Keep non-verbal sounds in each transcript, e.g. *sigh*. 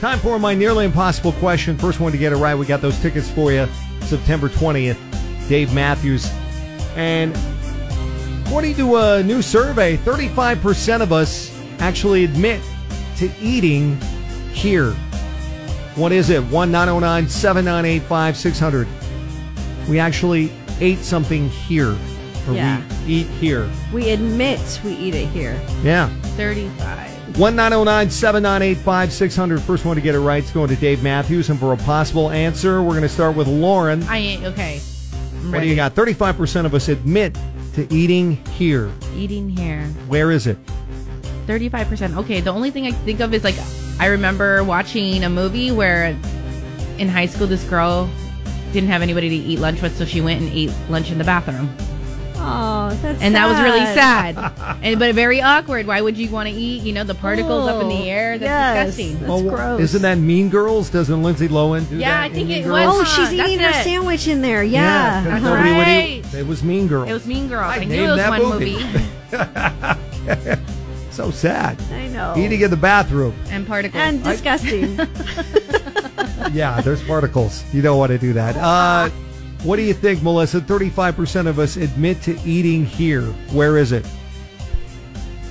Time for my nearly impossible question. First one to get it right. We got those tickets for you. September 20th. Dave Matthews. And according to a new survey, 35% of us actually admit to eating here. What is it? 1 909 798 5600. We actually ate something here. Or Yeah. we eat here. We admit we eat it here. Yeah. 35. 1909 798 5600. First one to get it right is going to Dave Matthews. And for a possible answer, we're going to start with Lauren. I ain't okay. I'm What do you ready. got? 35% of us admit to eating here. Eating here. Where is it? 35%. Okay, the only thing I can think of is like I remember watching a movie where in high school this girl didn't have anybody to eat lunch with, so she went and ate lunch in the bathroom. Oh, that's And that was really sad. and but very awkward. Why would you want to eat, you know, the particles up in Oh, the air? yes. That's disgusting. That's gross. Oh, Isn't that Mean Girls? Doesn't Lindsay Lohan do Yeah, that? I in think Mean it Girls? was- Oh, Huh, she's eating her that's it. sandwich in there. Yeah, Yeah. 'cause uh-huh. nobody would Right. eat. It was Mean Girls. It was Mean Girls. I I, named knew it was that one movie. *laughs* movie. so sad. I know. Eating in the bathroom. and particles. and *laughs* disgusting. yeah, there's particles. You don't want to do that. Uh, what do you think, Melissa? 35% of us admit to eating here. Where is it?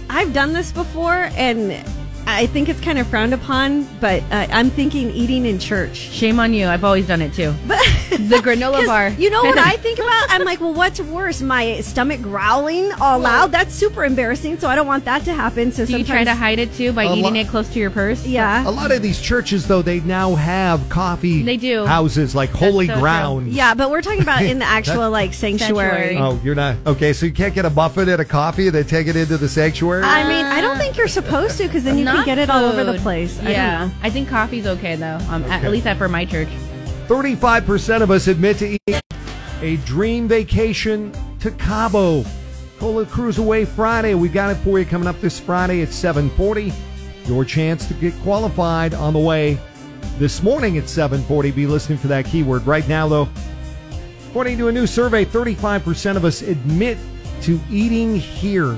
I've done this before, and I think it's kind of frowned upon. But uh, I'm thinking eating in church. *laughs* Shame on you. I've always done it too. But The *laughs* granola 'Cause bar. You *laughs* know what I think about? I'm like, well, what's worse, my stomach growling all loud? That's super embarrassing. So I don't want that to happen. So Do you try to sometimes- hide it too by A eating lo- it close to your purse? Yeah. A lot of these churches, though, they now have coffee Ah. They do. houses like Holy so true. Ground. Yeah, but we're talking about in the actual like sanctuary. Sanctuary. Oh, you're not. Okay, so you can't get a buffet and a coffee, they take it into the sanctuary? I mean, I don't think you're supposed to because then you can Not get it all over the food. place. I don't Yeah, know. I, think coffee's okay though. Um, at- Okay. At least that for my church. 35% of us admit to eating a dream vacation to Cabo. Cola Cruise Away Friday. We've got it for you coming up this Friday at 740. Your chance to get qualified on the way this morning at 740. Be listening for that keyword. Right now, though, according to a new survey, 35% of us admit to eating here.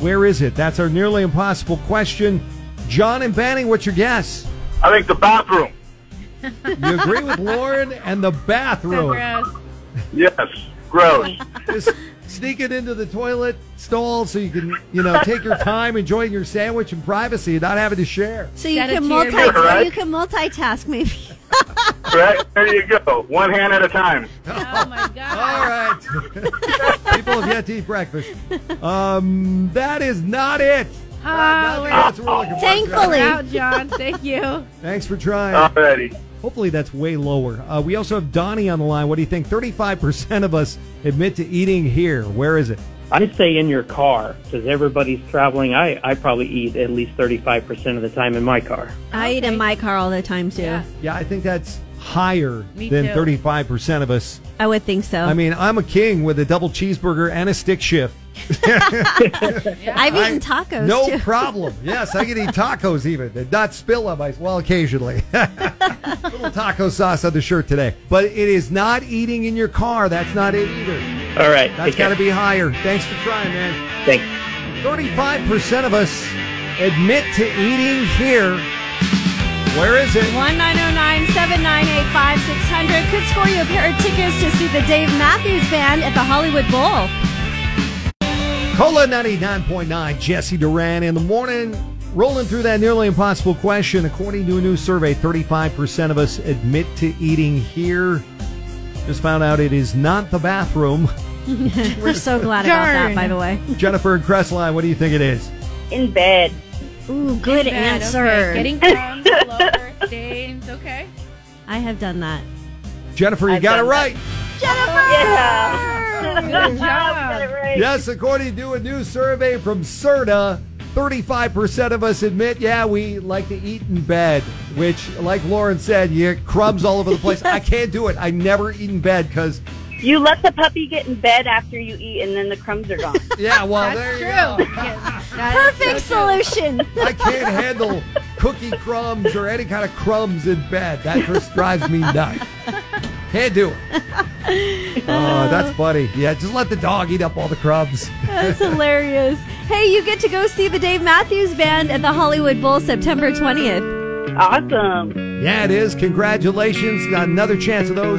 Where is it? That's our nearly impossible question. John and Banning, what's your guess? I think the bathroom. You agree with Lauren and the bathroom. Yes. Gross. Just sneak it into the toilet stall so you can, you know, take your time enjoying your sandwich and privacy, not having to share. So you Gotta can tear multi it up. you can multitask maybe. right? There you go. One hand at a time. Oh my god. All right. *laughs* People have yet to eat breakfast. Um, that is not it. Oh, Nothing else we're looking for. *laughs* Thankfully. Out, John. Thank you. Thanks for trying. Alrighty. Hopefully that's way lower. Uh, we also have Donnie on the line. What do you think? 35% of us admit to eating here. Where is it? I say in your car because everybody's traveling. I, I probably eat at least 35% of the time in my car. I eat in my car all the time too. Yeah. Yeah, I think that's higher Me than too. 35% of us I would think so. I mean, I'm a king with a double cheeseburger and a stick shift. I've I- eaten tacos No too. problem. Yes, I can *laughs* eat tacos even and not spill on my well occasionally. *laughs* Little taco sauce on the shirt today, but it is not eating in your car. That's not it either. All right. That's got to be higher. Thanks for trying, man. Thanks. Thirty-five percent of us admit to eating here. Where is it? 1-909-798-5600 could score you a pair of tickets to see the Dave Matthews Band at the Hollywood Bowl. Cola 99.9, Jesse Duran in the morning. Rolling through that nearly impossible question. According to a new survey, 35% of us admit to eating here. Just found out it is not the bathroom. *laughs* We're so glad about that, Darn. by the way. Jennifer and Crestline, what do you think it is? in bed. Ooh, good Bad, answer. okay. Getting crumbs all over stains. Okay. I have done that. Jennifer, you I've got it done right. Yeah. Good job. Got it right. Yes, according to a new survey from CERTA, 35% of us admit, yeah, we like to eat in bed, which, like Lauren said, you get crumbs all over the place. I can't do it. I never eat in bed because, You let the puppy get in bed after you eat, and then the crumbs are gone. yeah, well, there That's you true. go. Yeah, that is Perfect so true. solution. I can't handle cookie crumbs or any kind of crumbs in bed. That just drives me nuts. Can't do it. Oh, that's funny. Yeah, just let the dog eat up all the crumbs. That's hilarious. Hey, you get to go see the Dave Matthews Band at the Hollywood Bowl September 20th. Awesome. Yeah, it is. Congratulations. Got another chance of those.